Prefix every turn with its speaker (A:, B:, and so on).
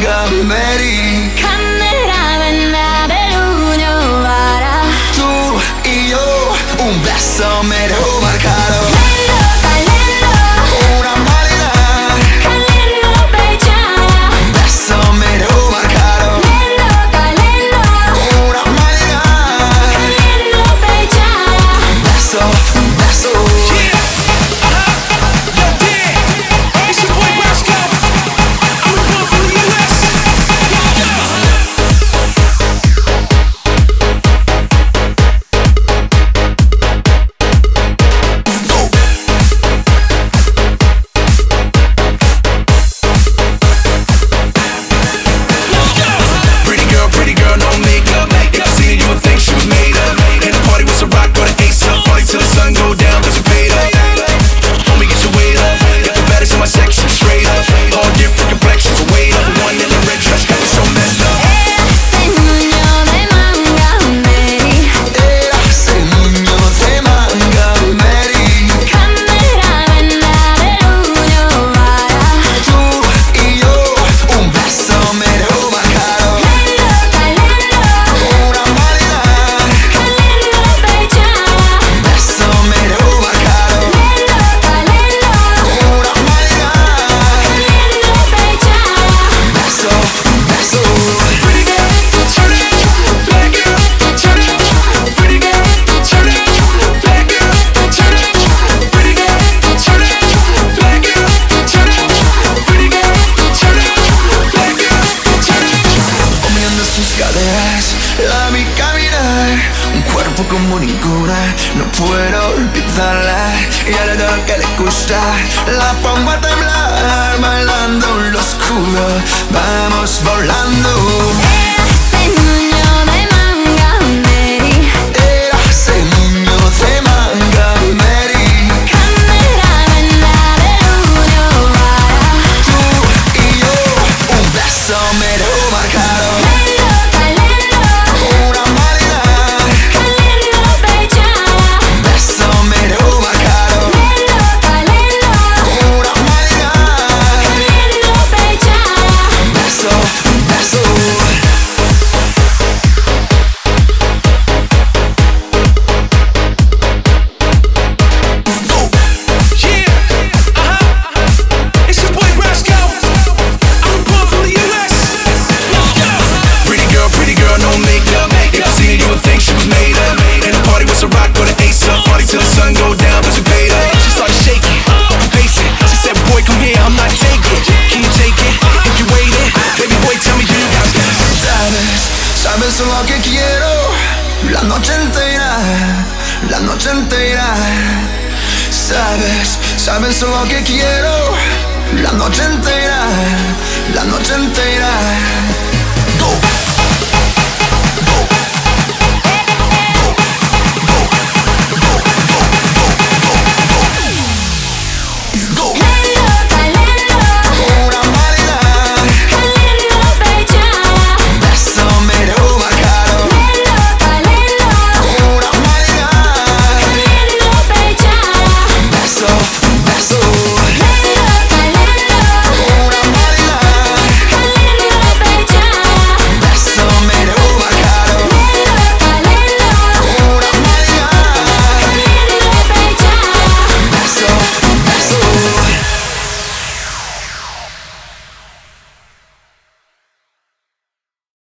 A: 세만감메리
B: 카메라맨 나를 운영하라
A: tú y yo un beso mejor marcado
B: 렌더 발렌더
A: una manera
B: 칼렌더 발자야
A: un beso mejor marcado
B: 렌더 발렌더
A: una manera
B: 칼렌더 발자야
A: un beso un beso
C: Pretty girl, pretty girl, no makeup. If you seen her, you would think she was made up. In the party with some rock or the ace up. Party till the sun go down, cause you paid up. Homie, get your weight up. Got the baddest in my section, straight up. All different complexions, way up. One in the red dress, got me so messed up.
B: 에라세 무녀의 맘감메리
A: era ese muño semangameri
B: 카메라맨 나를 운영하라
A: tú y yo un beso mejor marcado
B: 렌더 발렌더
A: una manera
B: 칼렌더 발자야
A: un beso mejor marcado
B: 렌더 발렌더
A: una manera
B: 칼렌더 발자야
A: beso un beso Moviendo sus caderas, la mi caminar Un cuerpo como ninguna, no puedo olvidarla Y ahora todo lo que le gusta, la pongo a temblar Bailando en lo oscuro, vamos volando
B: 에라세 무녀의 맘감메리
A: Era ese niño de manga Mary
B: 카메라맨 나를 우려하라
A: Tú y yo, un beso mero marcado
B: 렌더 발렌더
A: Una manera,
B: 칼렌더 발자야
A: un beso mero marcado
B: 렌더 발렌더
A: Una manera
B: 칼렌더 발자야
A: Beso, beso.
C: Pretty girl, pretty girl, no makeup. If you seen her, you would think she was made up. In a party with some rock or the ace up. Party till the sun go down, but she paid up. She started shaking, basic. She said, Boy, come here, I'm not taking. Can you take it? If you waiting, baby boy, tell me, do you got got it?
A: Sabes, sabes lo que quiero. La noche entera, la noche entera. Sabes, sabes lo que quiero. La noche entera, la noche entera.